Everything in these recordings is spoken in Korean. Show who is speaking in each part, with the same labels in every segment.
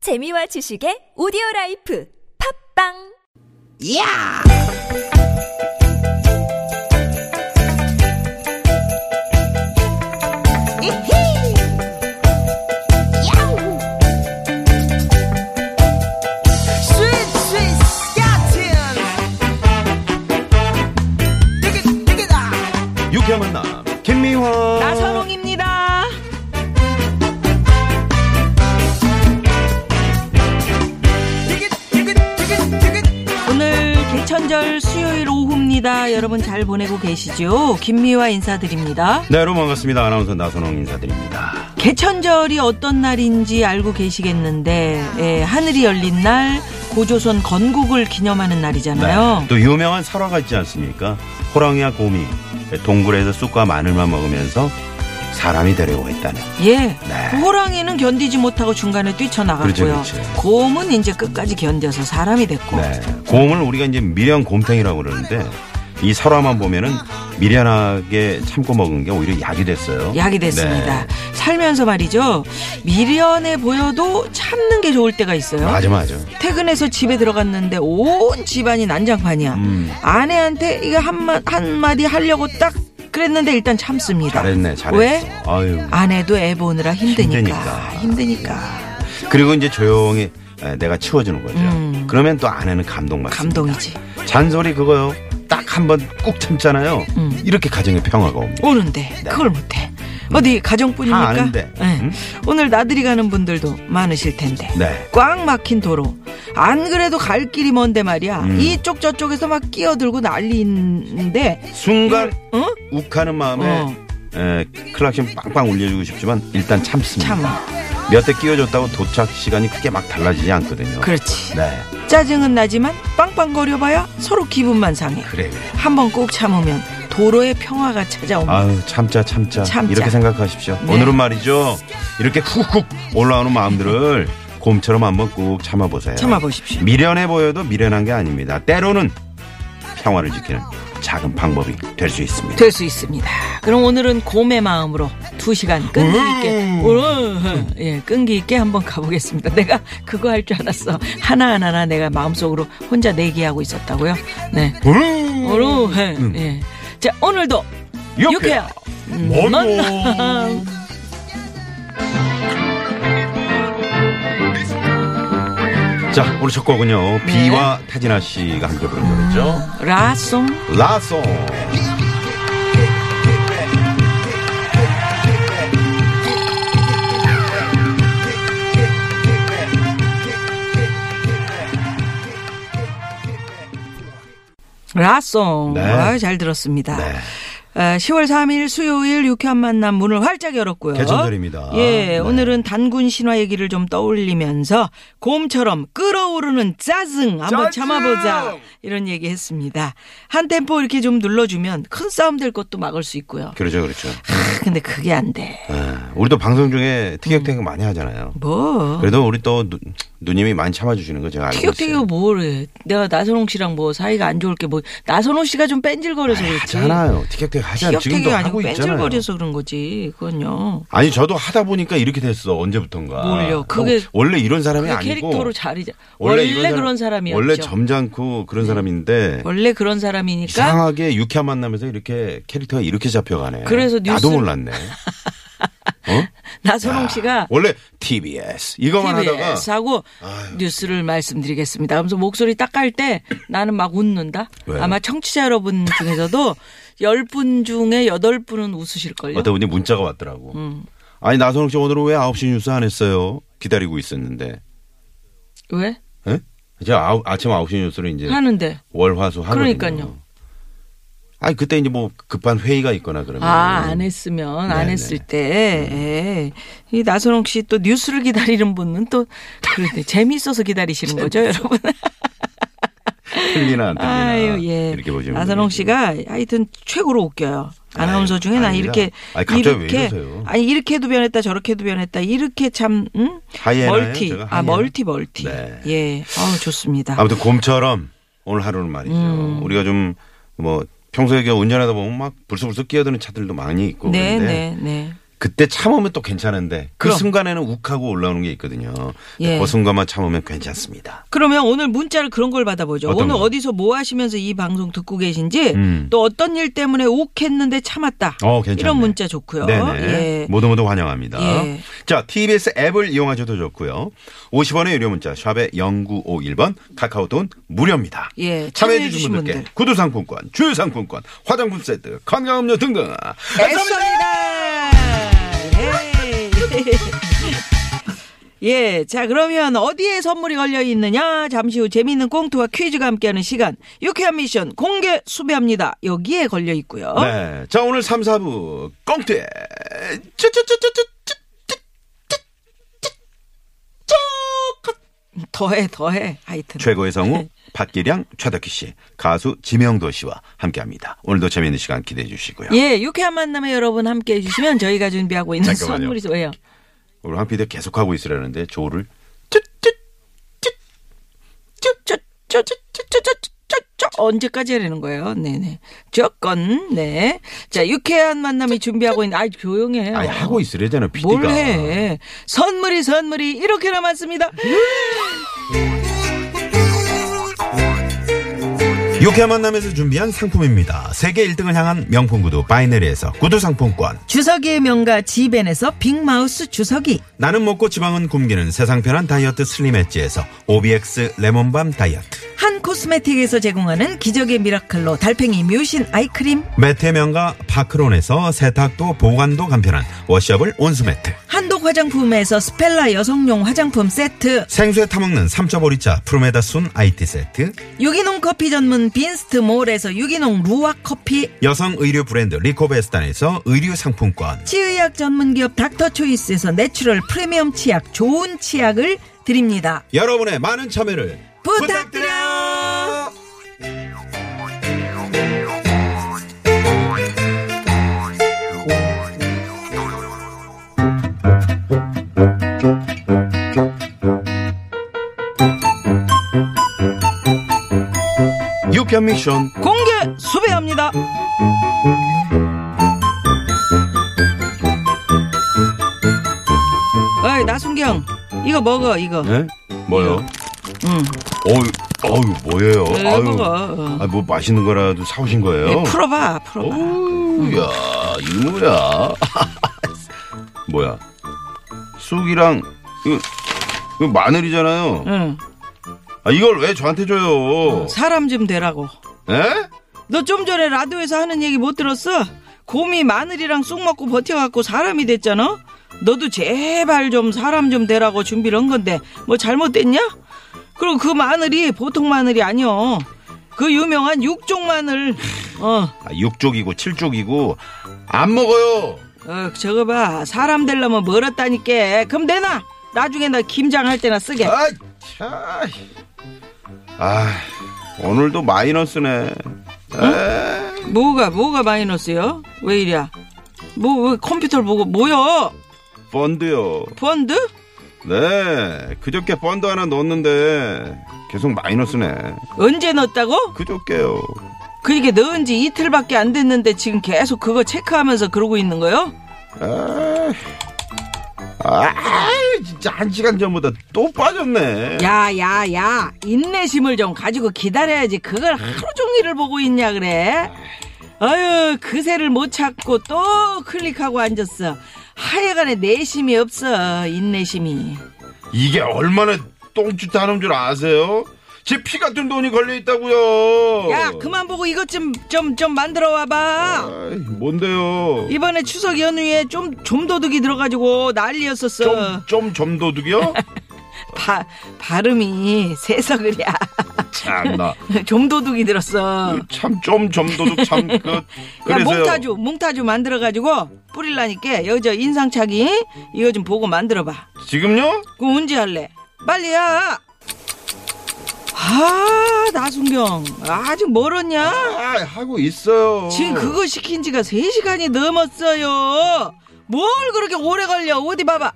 Speaker 1: 재미와 지식의 오디오 라이프 팝빵
Speaker 2: 야! 이히! 야우! 스윗, 스윗, 스캇틴! 띠깃, 띠깃아!
Speaker 3: 유쾌한 만남 김미화
Speaker 2: 나선홍입니다. 띠깃, 띠깃, 띠깃, 띠깃!
Speaker 4: 오늘 개천절 수요일 오후입니다. 여러분 잘 보내고 계시죠? 김미화 인사드립니다.
Speaker 3: 네 여러분 반갑습니다 아나운서 나선홍 인사드립니다
Speaker 4: 개천절이 어떤 날인지 알고 계시겠는데 예, 하늘이 열린 날 고조선 건국을 기념하는 날이잖아요.
Speaker 3: 네. 또 유명한 설화가 있지 않습니까 호랑이와 곰이 동굴에서 쑥과 마늘만 먹으면서 사람이 되려고 했다는
Speaker 4: 예,
Speaker 3: 네.
Speaker 4: 그 호랑이는 견디지 못하고 중간에 뛰쳐나갔고요.
Speaker 3: 그렇죠, 그렇죠.
Speaker 4: 곰은 이제 끝까지 견뎌서 사람이 됐고
Speaker 3: 네 곰을 우리가 이제 미련 곰탱이라고 그러는데 이 설화만 보면은 미련하게 참고 먹은 게 오히려 약이 됐어요
Speaker 4: 약이 됐습니다.
Speaker 3: 네.
Speaker 4: 살면서 말이죠. 미련해 보여도 참는 게 좋을 때가 있어요.
Speaker 3: 맞아 맞아
Speaker 4: 퇴근해서 집에 들어갔는데 온 집안이 난장판이야.
Speaker 3: 음.
Speaker 4: 아내한테 이거 한마, 한마디 하려고 딱 그랬는데 일단 참습니다.
Speaker 3: 잘했네 잘했어
Speaker 4: 왜?
Speaker 3: 아유
Speaker 4: 아내도 애 보느라 힘드니까.
Speaker 3: 힘드니까.
Speaker 4: 힘드니까.
Speaker 3: 그리고 이제 조용히 에, 내가 치워주는 거죠
Speaker 4: 음.
Speaker 3: 그러면 또 아내는 감동받습니다
Speaker 4: 감동이지.
Speaker 3: 네. 잔소리 그거요. 딱 한 번 꾹 참잖아요.
Speaker 4: 음.
Speaker 3: 이렇게 가정의 평화가 옵니다.
Speaker 4: 오는데 그걸 못해. 어디
Speaker 3: 음. 다
Speaker 4: 가정뿐입니까?
Speaker 3: 아는데.
Speaker 4: 예.
Speaker 3: 음?
Speaker 4: 오늘 나들이 가는 분들도 많으실 텐데.
Speaker 3: 네.
Speaker 4: 꽉 막힌 도로. 안 그래도 갈 길이 먼데 말이야.
Speaker 3: 음.
Speaker 4: 이쪽 저쪽에서 막 끼어들고 난리인데.
Speaker 3: 순간
Speaker 4: 어?
Speaker 3: 욱하는 마음에
Speaker 4: 어.
Speaker 3: 에, 클락신 빵빵 울려주고 싶지만 일단 참습니다.
Speaker 4: 참아.
Speaker 3: 몇 대 끼워줬다고 도착 시간이 크게 막 달라지지 않거든요.
Speaker 4: 그렇지.
Speaker 3: 네.
Speaker 4: 짜증은 나지만 빵빵거려봐야 서로 기분만 상해.
Speaker 3: 그래 그래.
Speaker 4: 한번 꼭 참으면 도로의 평화가 찾아옵니다. 네.
Speaker 3: 아유 참자 참자.
Speaker 4: 참자.
Speaker 3: 이렇게 생각하십시오.
Speaker 4: 네.
Speaker 3: 오늘은 말이죠. 이렇게 훅훅 올라오는 마음들을 곰처럼 한번 꾹 참아보세요.
Speaker 4: 참아보십시오.
Speaker 3: 미련해 보여도 미련한 게 아닙니다. 때로는 평화를 지키는 작은 방법이 될 수 있습니다.
Speaker 4: 될 수 있습니다. 그럼 오늘은 곰의 마음으로 두 시간 끈기 있게, 우와, 예, 끈기 있게 한번 가보겠습니다. 내가 그거 할 줄 알았어. 하나하나 내가 마음속으로 혼자 내기하고 있었다고요. 네. 오로, 예. 자, 오늘도 유쾌한 음, 만남.
Speaker 3: 자, 오늘 첫 곡은요.
Speaker 4: 네.
Speaker 3: 비와 태진아 씨가 함께 부른 노래죠.
Speaker 4: 음. 라송.
Speaker 3: 라송.
Speaker 4: 라송.
Speaker 3: 네.
Speaker 4: 아유, 잘 들었습니다.
Speaker 3: 네.
Speaker 4: 아, 10월 3일 수요일 유쾌한 만남 문을 활짝 열었고요.
Speaker 3: 개천절입니다.
Speaker 4: 예,
Speaker 3: 네.
Speaker 4: 오늘은 단군 신화 얘기를 좀 떠올리면서 곰처럼 끓어오르는 짜증 한번 참아보자 이런 얘기했습니다. 한 템포 이렇게 좀 눌러주면 큰 싸움 될 것도 막을 수 있고요.
Speaker 3: 그렇죠, 그렇죠.
Speaker 4: 크, 근데 그게 안 돼.
Speaker 3: 예, 우리도 방송 중에 티격태격
Speaker 4: 음.
Speaker 3: 많이 하잖아요.
Speaker 4: 뭐
Speaker 3: 그래도 우리 또 누, 누님이 많이 참아주시는 거 제가 알고
Speaker 4: 티격태격
Speaker 3: 있어요.
Speaker 4: 뭐래? 내가 나선홍 씨랑 뭐 사이가 안 좋을 게 뭐 나선홍 씨가 좀 뺀질거려서 그렇지.
Speaker 3: 하잖아요. 티격태격 하잖아요.
Speaker 4: 티격태격이
Speaker 3: 지금도
Speaker 4: 아니고
Speaker 3: 하고 있잖아요.
Speaker 4: 뺀질거려서 그런 거지. 그건요.
Speaker 3: 아니 저도 하다 보니까 이렇게 됐어 언제부턴가.
Speaker 4: 뭘요?
Speaker 3: 어,
Speaker 4: 그게-
Speaker 3: 원래 이런 사람이
Speaker 4: 그
Speaker 3: 아니고
Speaker 4: 캐릭터로 자리자. 원래,
Speaker 3: 이런 사람-
Speaker 4: 그런 사람이었죠. 그러니까
Speaker 3: 원래 점잖고 그런 사람인데
Speaker 4: 원래 그런 사람이니까
Speaker 3: 이상하게 유쾌한 만남에서 이렇게 캐릭터가 이렇게 잡혀가네.
Speaker 4: 그래서
Speaker 3: 나도
Speaker 4: 뉴스-
Speaker 3: 몰랐네. 어?
Speaker 4: 나선홍 씨가
Speaker 3: 야, 원래 TBS 이거만 하다가
Speaker 4: TBS 하고 뉴스를 말씀드리겠습니다. 하면서 목소리 딱 깔 때 나는 막 웃는다.
Speaker 3: 왜요?
Speaker 4: 아마 청취자 여러분 중에서도 10분 중에 8분은 웃으실 걸요.
Speaker 3: 어떤 분이 문자가 왔더라고.
Speaker 4: 음.
Speaker 3: 아니 나선홍 씨 오늘은 왜 9시 뉴스 안 했어요? 기다리고 있었는데.
Speaker 4: 왜?
Speaker 3: 예? 제가 아홉- 아침 9시 뉴스를 이제
Speaker 4: 하는데.
Speaker 3: 월화수 하거든요.
Speaker 4: 그러니까요.
Speaker 3: 아니 그때 이제 뭐 급한 회의가 있거나 그러면
Speaker 4: 아, 안 했으면, 안
Speaker 3: 음. 네네.
Speaker 4: 했을 때, 예. 이 나선홍 씨 또 뉴스를 기다리는 분은 또, 그런데 재미있어서 기다리시는 거죠, 여러분?
Speaker 3: 틀리나 안 틀리나
Speaker 4: 아유, 예.
Speaker 3: 이렇게 보시면
Speaker 4: 나선홍 씨가 하여튼 최고로 웃겨요. 아나운서
Speaker 3: 아유,
Speaker 4: 중에 나
Speaker 3: 아닙니다.
Speaker 4: 이렇게
Speaker 3: 아니, 갑자기 왜 이러세요?
Speaker 4: 아니 이렇게도 변했다 저렇게도 변했다 이렇게 참 응?
Speaker 3: 하이에나예요,
Speaker 4: 멀티
Speaker 3: 제가
Speaker 4: 아
Speaker 3: 하이에나.
Speaker 4: 멀티 멀티
Speaker 3: 네.
Speaker 4: 예 아우 음. 좋습니다
Speaker 3: 아무튼 곰처럼 오늘 하루는 말이죠. 우리가 좀 뭐 평소에 이렇게 운전하다 보면 막 불쑥불쑥 끼어드는 차들도 많이 있고
Speaker 4: 네
Speaker 3: 그런데
Speaker 4: 네 네
Speaker 3: 그때 참으면 또 괜찮은데 그
Speaker 4: 그럼.
Speaker 3: 순간에는 욱하고 올라오는 게 있거든요.
Speaker 4: 예.
Speaker 3: 그 순간만 참으면 괜찮습니다.
Speaker 4: 그러면 오늘 문자를 그런 걸 받아보죠.
Speaker 3: 어떤
Speaker 4: 오늘
Speaker 3: 거?
Speaker 4: 어디서 뭐 하시면서 이 방송 듣고 계신지
Speaker 3: 음.
Speaker 4: 또 어떤 일 때문에 욱했는데 참았다.
Speaker 3: 어, 괜찮네.
Speaker 4: 이런 문자 좋고요.
Speaker 3: 네네.
Speaker 4: 예.
Speaker 3: 모두 모두 환영합니다.
Speaker 4: 예.
Speaker 3: 자, TBS 앱을 이용하셔도 좋고요. 50원의 유료 문자 샵의 0951번 카카오톡은 무료입니다.
Speaker 4: 예,
Speaker 3: 참여해주신
Speaker 4: 참여해주신
Speaker 3: 분들께
Speaker 4: 분들.
Speaker 3: 구두 상품권, 주유 상품권, 화장품 세트, 건강음료 등등.
Speaker 4: 애써니다 예, 자 그러면 어디에 선물이 걸려 있느냐? 잠시 후 재미있는 꽁트와 퀴즈가 함께하는 시간 유쾌한 미션 공개 수배합니다. 여기에 걸려 있고요.
Speaker 3: 네. 자, 오늘 3, 4부 꽁트. 쭈쭈쭈쭈쭈.
Speaker 4: 더해 더해 하여튼
Speaker 3: 최고의
Speaker 4: 네.
Speaker 3: 성우 박기량, 최덕희 씨, 가수 지명도 씨와 함께합니다. 오늘도 재미있는 시간 기대해 주시고요.
Speaker 4: 예, 유쾌한 만남에 여러분 함께 해주시면 저희가 준비하고 있는
Speaker 3: 잠깐만요.
Speaker 4: 선물이 왜요?
Speaker 3: 오늘 황 PD 계속 하고 있으라는데 조를 쭈쭈
Speaker 4: 쪼쪼쪼쪼쪼쪼쪼쪼 언제까지 하려는 거예요? 네네. 조건 네. 자 유쾌한 만남이 준비하고 있는. 아이 조용히 해요.
Speaker 3: 아니 하고 있으래잖아 PD가.
Speaker 4: 어. 뭘 해? 선물이 선물이 이렇게 남았습니다.
Speaker 3: 유쾌한 만남에서 준비한 상품입니다. 세계 1등을 향한 명품 구두 바이네리에서 구두 상품권.
Speaker 4: 주석이의 명가 지벤에서 빅마우스 주석이
Speaker 3: 나는 먹고 지방은 굶기는 세상 편한 다이어트 슬림 엣지에서 OBX 레몬밤 다이어트.
Speaker 4: 한 코스메틱에서 제공하는 기적의 미라클로 달팽이 뮤신 아이크림
Speaker 3: 매트의 명가 파크론에서 세탁도 보관도 간편한 워셔블 온수매트.
Speaker 4: 한독 화장품에서 스펠라 여성용 화장품 세트
Speaker 3: 생수에 타먹는 삼초보리차 프로메다순 IT 세트.
Speaker 4: 유기농 커피 전문 빈스트몰에서 유기농 루아 커피
Speaker 3: 여성 의류 브랜드 리코베스탄에서 의류 상품권.
Speaker 4: 치의학 전문기업 닥터초이스에서 내추럴 프리미엄 치약 좋은 치약을 드립니다.
Speaker 3: 여러분의 많은 참여를
Speaker 4: 부탁드려요.
Speaker 3: 유쾌한 미션.
Speaker 4: 공개 수배합니다. 어이 나순경 이거 먹어 이거
Speaker 3: 네? 뭐요? 음.
Speaker 4: 응.
Speaker 3: 어유, 어유, 뭐예요?
Speaker 4: 네, 먹어.
Speaker 3: 아, 뭐 맛있는 거라도 사오신 거예요?
Speaker 4: 예, 풀어봐 풀어봐
Speaker 3: 오우야, 이거 뭐야? 뭐야? 쑥이랑, 이거, 이거 마늘이잖아요.
Speaker 4: 응.
Speaker 3: 아, 이걸 왜 저한테 줘요? 네?
Speaker 4: 사람 좀 되라고
Speaker 3: 에?
Speaker 4: 너 좀 전에 라디오에서 하는 얘기 못 들었어? 곰이 마늘이랑 쑥 먹고 버텨갖고 사람이 됐잖아? 너도 제발 좀 사람 좀 되라고 준비를 한 건데 뭐 잘못됐냐? 그리고 그 마늘이 보통 마늘이 아니여 그 유명한 육종 마늘 어,
Speaker 3: 아, 6쪽이고 7쪽이고, 안 먹어요!
Speaker 4: 어 저거 봐 사람 되려면 멀었다니까 그럼 내놔 나중에 나 김장 할 때나 쓰게
Speaker 3: 아, 차. 아, 오늘도 마이너스네. 에?
Speaker 4: 뭐가 뭐가 마이너스요? 왜 이리야? 뭐 왜 컴퓨터를 보고 뭐야?
Speaker 3: 펀드요.
Speaker 4: 펀드?
Speaker 3: 네, 그저께 펀드 하나 넣었는데 계속 마이너스네.
Speaker 4: 언제 넣었다고?
Speaker 3: 그저께요.
Speaker 4: 그게 넣은 지 이틀밖에 안 됐는데 지금 계속 그거 체크하면서 그러고 있는 거요?
Speaker 3: 아, 아, 진짜 한 시간 전보다 또 빠졌네.
Speaker 4: 야, 야, 야. 인내심을 좀 가지고 기다려야지. 그걸 하루 종일을 보고 있냐, 그래? 어휴, 그새를 못 찾고 또 클릭하고 앉았어. 하여간에 내심이 없어, 인내심이.
Speaker 3: 이게 얼마나 똥짓 하는 줄 아세요? 제 피 같은 돈이 걸려 있다고요.
Speaker 4: 야, 그만 보고 이것 좀, 좀, 좀 만들어 와봐.
Speaker 3: 아이, 뭔데요?
Speaker 4: 이번에 추석 연휴에 좀, 좀도둑이 들어가지고 난리였었어.
Speaker 3: 좀, 좀 점도둑이요?
Speaker 4: 바, 발음이 세석을이야.
Speaker 3: 참나.
Speaker 4: 좀 도둑이 들었어.
Speaker 3: 참 좀 점도둑 참 그.
Speaker 4: 야,
Speaker 3: 그래서요.
Speaker 4: 몽타주, 몽타주 만들어가지고 뿌릴라니까 여기 저 인상착이 이거 좀 보고 만들어봐.
Speaker 3: 지금요?
Speaker 4: 그거 언제 할래? 빨리야! 아, 나순경. 아직 멀었냐?
Speaker 3: 아, 하고 있어요.
Speaker 4: 지금 그거 시킨 지가 세시간이 넘었어요. 뭘 그렇게 오래 걸려? 어디 봐봐.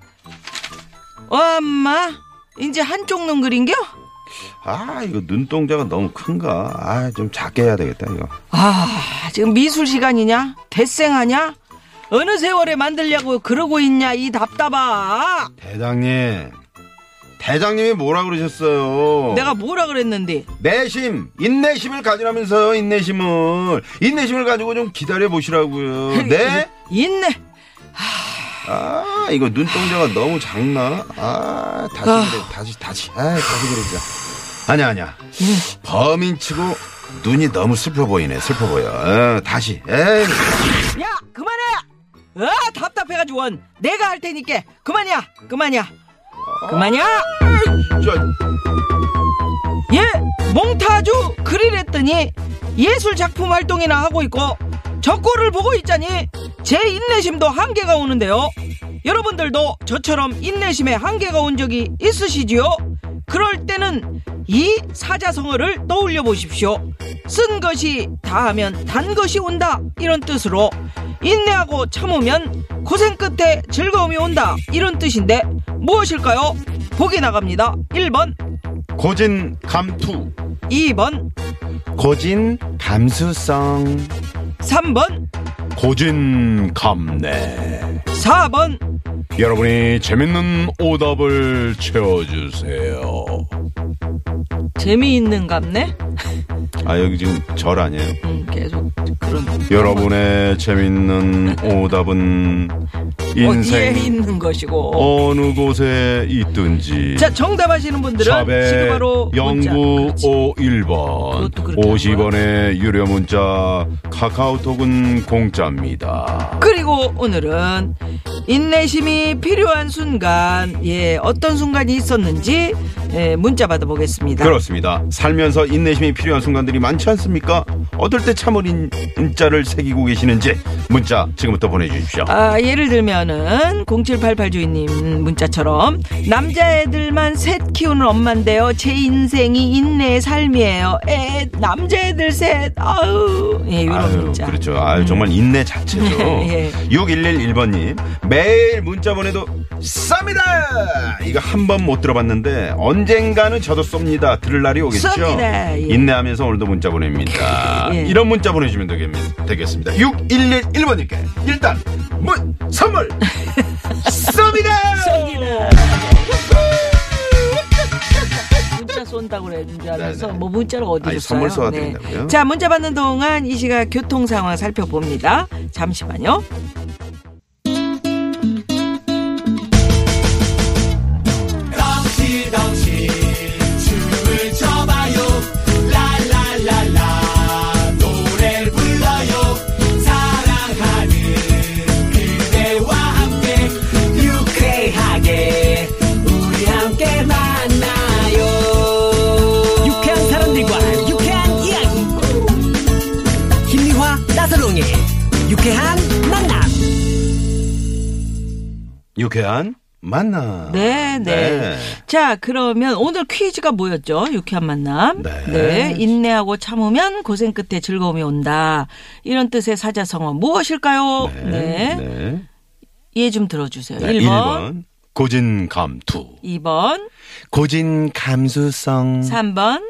Speaker 4: 어, 엄마, 이제 한쪽 눈 그린겨?
Speaker 3: 아, 이거 눈동자가 너무 큰가? 아, 좀 작게 해야 되겠다, 이거.
Speaker 4: 아, 지금 미술 시간이냐? 대생하냐? 어느 세월에 만들려고 그러고 있냐 이 답답아.
Speaker 3: 대장님. 대장님이 뭐라 그러셨어요?
Speaker 4: 내가 뭐라 그랬는데?
Speaker 3: 내심, 인내심을 가지라면서요, 인내심을. 인내심을 가지고 좀 기다려보시라고요. 네?
Speaker 4: 있네.
Speaker 3: 아, 이거 눈동자가 너무 작나? 아, 다시
Speaker 4: 아.
Speaker 3: 그래, 다시, 다시. 아, 다시 그러자. 아니야, 아니야. 범인 치고 눈이 너무 슬퍼 보이네, 슬퍼 보여. 어, 다시. 에이.
Speaker 4: 야 그만해. 아 답답해가지고 원. 내가 할 테니까 그만이야. 그만이야. 그만이야.
Speaker 3: 저,
Speaker 4: 예, 몽타주 그릴 했더니 예술 작품 활동이나 하고 있고 저 꼴을 보고 있자니 제 인내심도 한계가 오는데요. 여러분들도 저처럼 인내심에 한계가 온 적이 있으시지요? 그럴 때는 이 사자성어를 떠올려 보십시오. 쓴 것이 다하면 단 것이 온다 이런 뜻으로 인내하고 참으면 고생 끝에 즐거움이 온다 이런 뜻인데 무엇일까요? 보기 나갑니다. 1번,
Speaker 3: 고진 감투.
Speaker 4: 2번,
Speaker 3: 고진 감수성.
Speaker 4: 3번,
Speaker 3: 고진 감내.
Speaker 4: 4번.
Speaker 3: 여러분이 재밌는 오답을 채워주세요.
Speaker 4: 재미있는 감네?
Speaker 3: 아, 여기 지금 절 아니에요?
Speaker 4: 음, 계속 그런. 어,
Speaker 3: 여러분의 재밌는 오답은 예.
Speaker 4: 어디에
Speaker 3: 인생
Speaker 4: 있는 것이고.
Speaker 3: 어느 곳에 있든지
Speaker 4: 자, 정답하시는 분들은 지금
Speaker 3: 샵에
Speaker 4: 바로 문자.
Speaker 3: 영구
Speaker 4: 그렇지.
Speaker 3: 51번
Speaker 4: 그것도 그렇게
Speaker 3: 50원의 유료 문자 카카오톡은 공짜입니다.
Speaker 4: 그리고 오늘은 인내심이 필요한 순간, 예, 어떤 순간이 있었는지 예, 문자 받아보겠습니다.
Speaker 3: 그렇습니다. 살면서 인내심이 필요한 순간들이 많지 않습니까? 어떨 때 참을 인, 인자를 새기고 계시는지 문자 지금부터 보내주십시오.
Speaker 4: 아, 예를 들면은 0788 주인님 문자처럼 남자애들만 셋 키우는 엄마인데요. 제 인생이 인내의 삶이에요. 애 남자애들 셋. 아우. 예, 이런
Speaker 3: 아유,
Speaker 4: 문자. 음.
Speaker 3: 그렇죠. 아유, 정말 인내 자체죠.
Speaker 4: 예.
Speaker 3: 6111번님, 매일 문자 보내도 쌉니다! 이거 한 번 못 들어봤는데, 언젠가는 저도 쏩니다. 들을 날이 오겠죠.
Speaker 4: 쏩니다. 예.
Speaker 3: 인내하면서 오늘도 문자 보냅니다.
Speaker 4: 예.
Speaker 3: 이런 문자 보내주시면 되겠, 되겠습니다. 6111번님께 일단, 문, 선물! 쏩니다!
Speaker 4: 문자 쏜다고 그래 문자
Speaker 3: 네,
Speaker 4: 그래서
Speaker 3: 네.
Speaker 4: 뭐 문자를 어디로
Speaker 3: 아니, 선물
Speaker 4: 쏴요? 네.
Speaker 3: 쏘야 된다고요?
Speaker 4: 자 문자 받는 동안 이 시각 교통 상황 살펴봅니다. 잠시만요.
Speaker 5: 유쾌한 사람들과 유쾌한 이야기 김미화 나서롱의 유쾌한 만남
Speaker 3: 유쾌한 만남.
Speaker 4: 네, 네. 자, 그러면 오늘 퀴즈가 뭐였죠? 유쾌한 만남.
Speaker 3: 네.
Speaker 4: 인내하고 참으면 고생 끝에 즐거움이 온다. 이런 뜻의 사자성어 무엇일까요?
Speaker 3: 네.
Speaker 4: 네.
Speaker 3: 네.
Speaker 4: 예 좀 들어주세요.
Speaker 3: 네,
Speaker 4: 일 1번,
Speaker 3: 고진감투.
Speaker 4: 이 2번,
Speaker 3: 고진 감수성.
Speaker 4: 3번,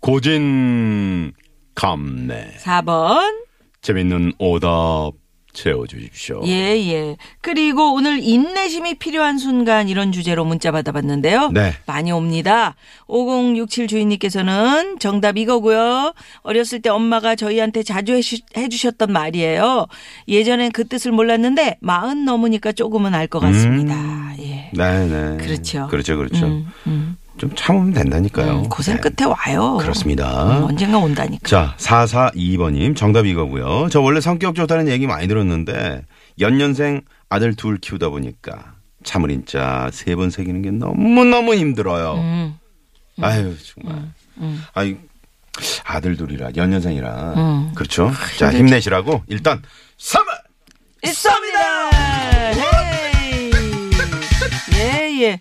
Speaker 3: 고진 감내.
Speaker 4: 4번.
Speaker 3: 재밌는 오답 채워주십시오.
Speaker 4: 예, 예. 그리고 오늘 인내심이 필요한 순간 이런 주제로 문자 받아봤는데요.
Speaker 3: 네.
Speaker 4: 많이 옵니다. 5067 주인님께서는 정답 이거고요. 어렸을 때 엄마가 저희한테 자주 해주- 해주셨던 말이에요. 예전엔 그 뜻을 몰랐는데 마흔 넘으니까 조금은 알 것 같습니다.
Speaker 3: 음.
Speaker 4: 예.
Speaker 3: 네네.
Speaker 4: 그렇죠.
Speaker 3: 그렇죠, 그렇죠.
Speaker 4: 음, 음.
Speaker 3: 좀 참으면 된다니까요.
Speaker 4: 음, 고생
Speaker 3: 네,
Speaker 4: 끝에 와요.
Speaker 3: 그렇습니다.
Speaker 4: 음, 언젠가 온다니까.
Speaker 3: 자, 442번님, 정답 이거고요. 저 원래 성격 좋다는 얘기 많이 들었는데, 연년생 아들 둘 키우다 보니까, 참을 인자 세 번 새기는 게 너무너무 힘들어요.
Speaker 4: 음,
Speaker 3: 아유, 정말. 아이, 아들 둘이라, 연년생이라.
Speaker 4: 음.
Speaker 3: 그렇죠. 자, 힘내시라고, 일단, 3번!
Speaker 4: 있습니다. 헤이. 예, 예.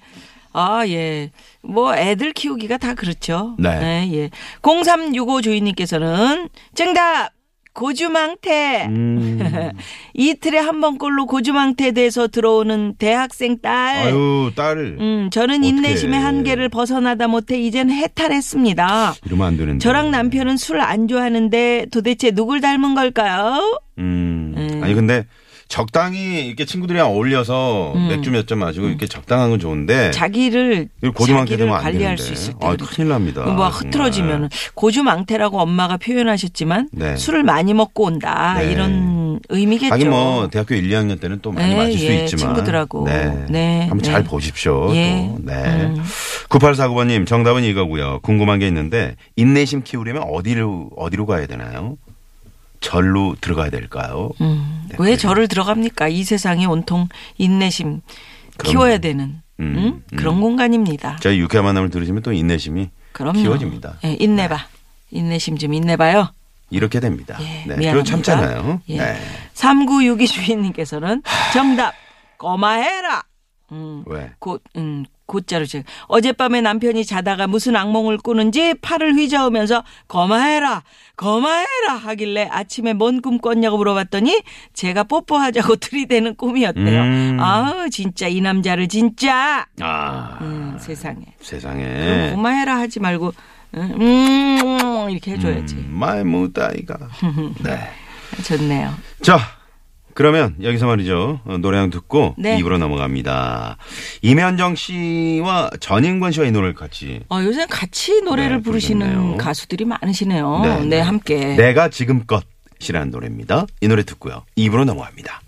Speaker 4: 아, 예. 뭐 애들 키우기가 다 그렇죠.
Speaker 3: 네.
Speaker 4: 예, 예. 0365 주인님께서는 정답 고주망태.
Speaker 3: 음.
Speaker 4: 이틀에 한 번꼴로 고주망태에 대해서 들어오는 대학생 딸.
Speaker 3: 아유 딸
Speaker 4: 음, 저는 인내심의
Speaker 3: 어떡해.
Speaker 4: 한계를 벗어나다 못해 이젠 해탈했습니다.
Speaker 3: 이러면 안 되는데
Speaker 4: 저랑 남편은 술 안 좋아하는데 도대체 누굴 닮은 걸까요?
Speaker 3: 음.
Speaker 4: 음.
Speaker 3: 아니 근데 적당히 이렇게 친구들이랑 어울려서 맥주 몇 잔 마시고 이렇게 적당한 건 좋은데
Speaker 4: 음. 자기를
Speaker 3: 네. 이거 고주망태
Speaker 4: 자기를
Speaker 3: 되면 안
Speaker 4: 관리할
Speaker 3: 되는데.
Speaker 4: 수 있을 때
Speaker 3: 아, 큰일 납니다. 네.
Speaker 4: 뭐
Speaker 3: 정말.
Speaker 4: 흐트러지면 고주망태라고 엄마가 표현하셨지만
Speaker 3: 네.
Speaker 4: 술을 많이 먹고 온다
Speaker 3: 네.
Speaker 4: 이런 의미겠죠.
Speaker 3: 하긴 뭐 대학교 1, 2학년 때는 또 많이
Speaker 4: 예,
Speaker 3: 마실 수
Speaker 4: 예,
Speaker 3: 있지만
Speaker 4: 친구들하고.
Speaker 3: 네.
Speaker 4: 네,
Speaker 3: 한번
Speaker 4: 네.
Speaker 3: 잘 보십시오.
Speaker 4: 예.
Speaker 3: 또. 네. 9849번님 정답은 이거고요. 궁금한 게 있는데 인내심 키우려면 어디로 어디로 가야 되나요? 절로 들어가야 될까요?
Speaker 4: 음,
Speaker 3: 네,
Speaker 4: 왜
Speaker 3: 네.
Speaker 4: 저를 들어갑니까? 이 세상에 온통 인내심
Speaker 3: 그럼요.
Speaker 4: 키워야 되는
Speaker 3: 음,
Speaker 4: 음? 그런 공간입니다.
Speaker 3: 저희 유쾌한 만남을 들으시면 또 인내심이
Speaker 4: 그럼요.
Speaker 3: 키워집니다. 네.
Speaker 4: 예, 인내봐. 인내심 좀 인내봐요.
Speaker 3: 이렇게 됩니다.
Speaker 4: 예,
Speaker 3: 네.
Speaker 4: 미안합니다.
Speaker 3: 그리고 참잖아요.
Speaker 4: 예.
Speaker 3: 네.
Speaker 4: 3962 주인님께서는 정답 거마해라. 음.
Speaker 3: 왜?
Speaker 4: 곧, 음, 곧자로 지금 어젯밤에 남편이 자다가 무슨 악몽을 꾸는지 팔을 휘저으면서 거마해라, 거마해라 하길래 아침에 뭔 꿈 꿨냐고 물어봤더니 제가 뽀뽀하자고 들이대는 꿈이었대요.
Speaker 3: 음.
Speaker 4: 아우 진짜 이 남자를 진짜
Speaker 3: 아 네.
Speaker 4: 음, 세상에
Speaker 3: 세상에.
Speaker 4: 고마해라 하지 말고 음 이렇게 해줘야지
Speaker 3: 음, 마이 무다이가. 네.
Speaker 4: 좋네요.
Speaker 3: 자, 그러면 여기서 말이죠. 어, 노래 한 듣고
Speaker 4: 네.
Speaker 3: 입으로 넘어갑니다. 임현정 씨와 전인권 씨와 이 노래를 같이
Speaker 4: 어, 요새 같이 노래를
Speaker 3: 네,
Speaker 4: 부르시는
Speaker 3: 부르셨네요.
Speaker 4: 가수들이 많으시네요. 네, 함께.
Speaker 3: 내가 지금껏이라는 노래입니다. 이 노래 듣고요. 입으로 넘어갑니다.